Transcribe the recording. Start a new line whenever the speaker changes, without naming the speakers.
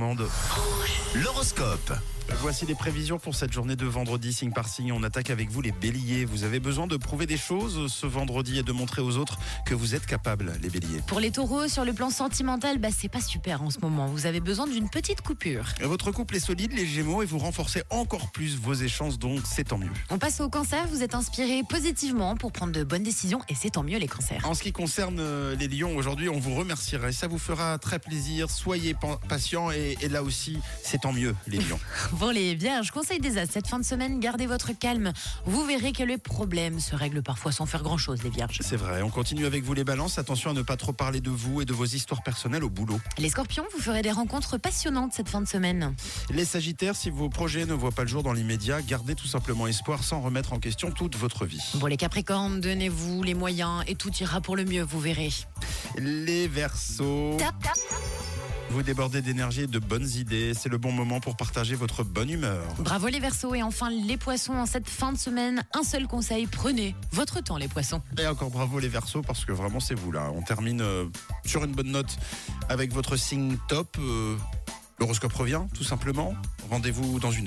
Normande. L'horoscope. Voici les prévisions pour cette journée de vendredi, signe par signe. On attaque avec vous les béliers. Vous avez besoin de prouver des choses ce vendredi et de montrer aux autres que vous êtes capables, les béliers.
Pour les taureaux, sur le plan sentimental, bah, c'est pas super en ce moment. Vous avez besoin d'une petite coupure.
Votre couple est solide, les gémeaux, et vous renforcez encore plus vos échanges, donc c'est tant mieux.
On passe au cancer, vous êtes inspiré positivement pour prendre de bonnes décisions et c'est tant mieux les cancers.
En ce qui concerne euh, les lions, aujourd'hui, on vous remerciera et ça vous fera très plaisir. Soyez pan- patients et, et là aussi, c'est tant mieux, les lions.
Pour les vierges, conseil des as, cette fin de semaine, gardez votre calme. Vous verrez que les problèmes se règlent parfois sans faire grand chose, les vierges.
C'est vrai, on continue avec vous les balances. Attention à ne pas trop parler de vous et de vos histoires personnelles au boulot.
Les scorpions, vous ferez des rencontres passionnantes cette fin de semaine.
Les sagittaires, si vos projets ne voient pas le jour dans l'immédiat, gardez tout simplement espoir sans remettre en question toute votre vie.
Pour les capricornes, donnez-vous les moyens et tout ira pour le mieux, vous verrez.
Les versos, vous débordez d'énergie et de bonnes idées. C'est le bon moment pour partager votre bonne humeur.
Bravo les versos et enfin les poissons, en cette fin de semaine, un seul conseil, prenez votre temps les poissons.
Et encore bravo les versos parce que vraiment c'est vous là. On termine euh, sur une bonne note avec votre signe top. Euh, L'horoscope revient tout simplement. Rendez-vous dans une heure.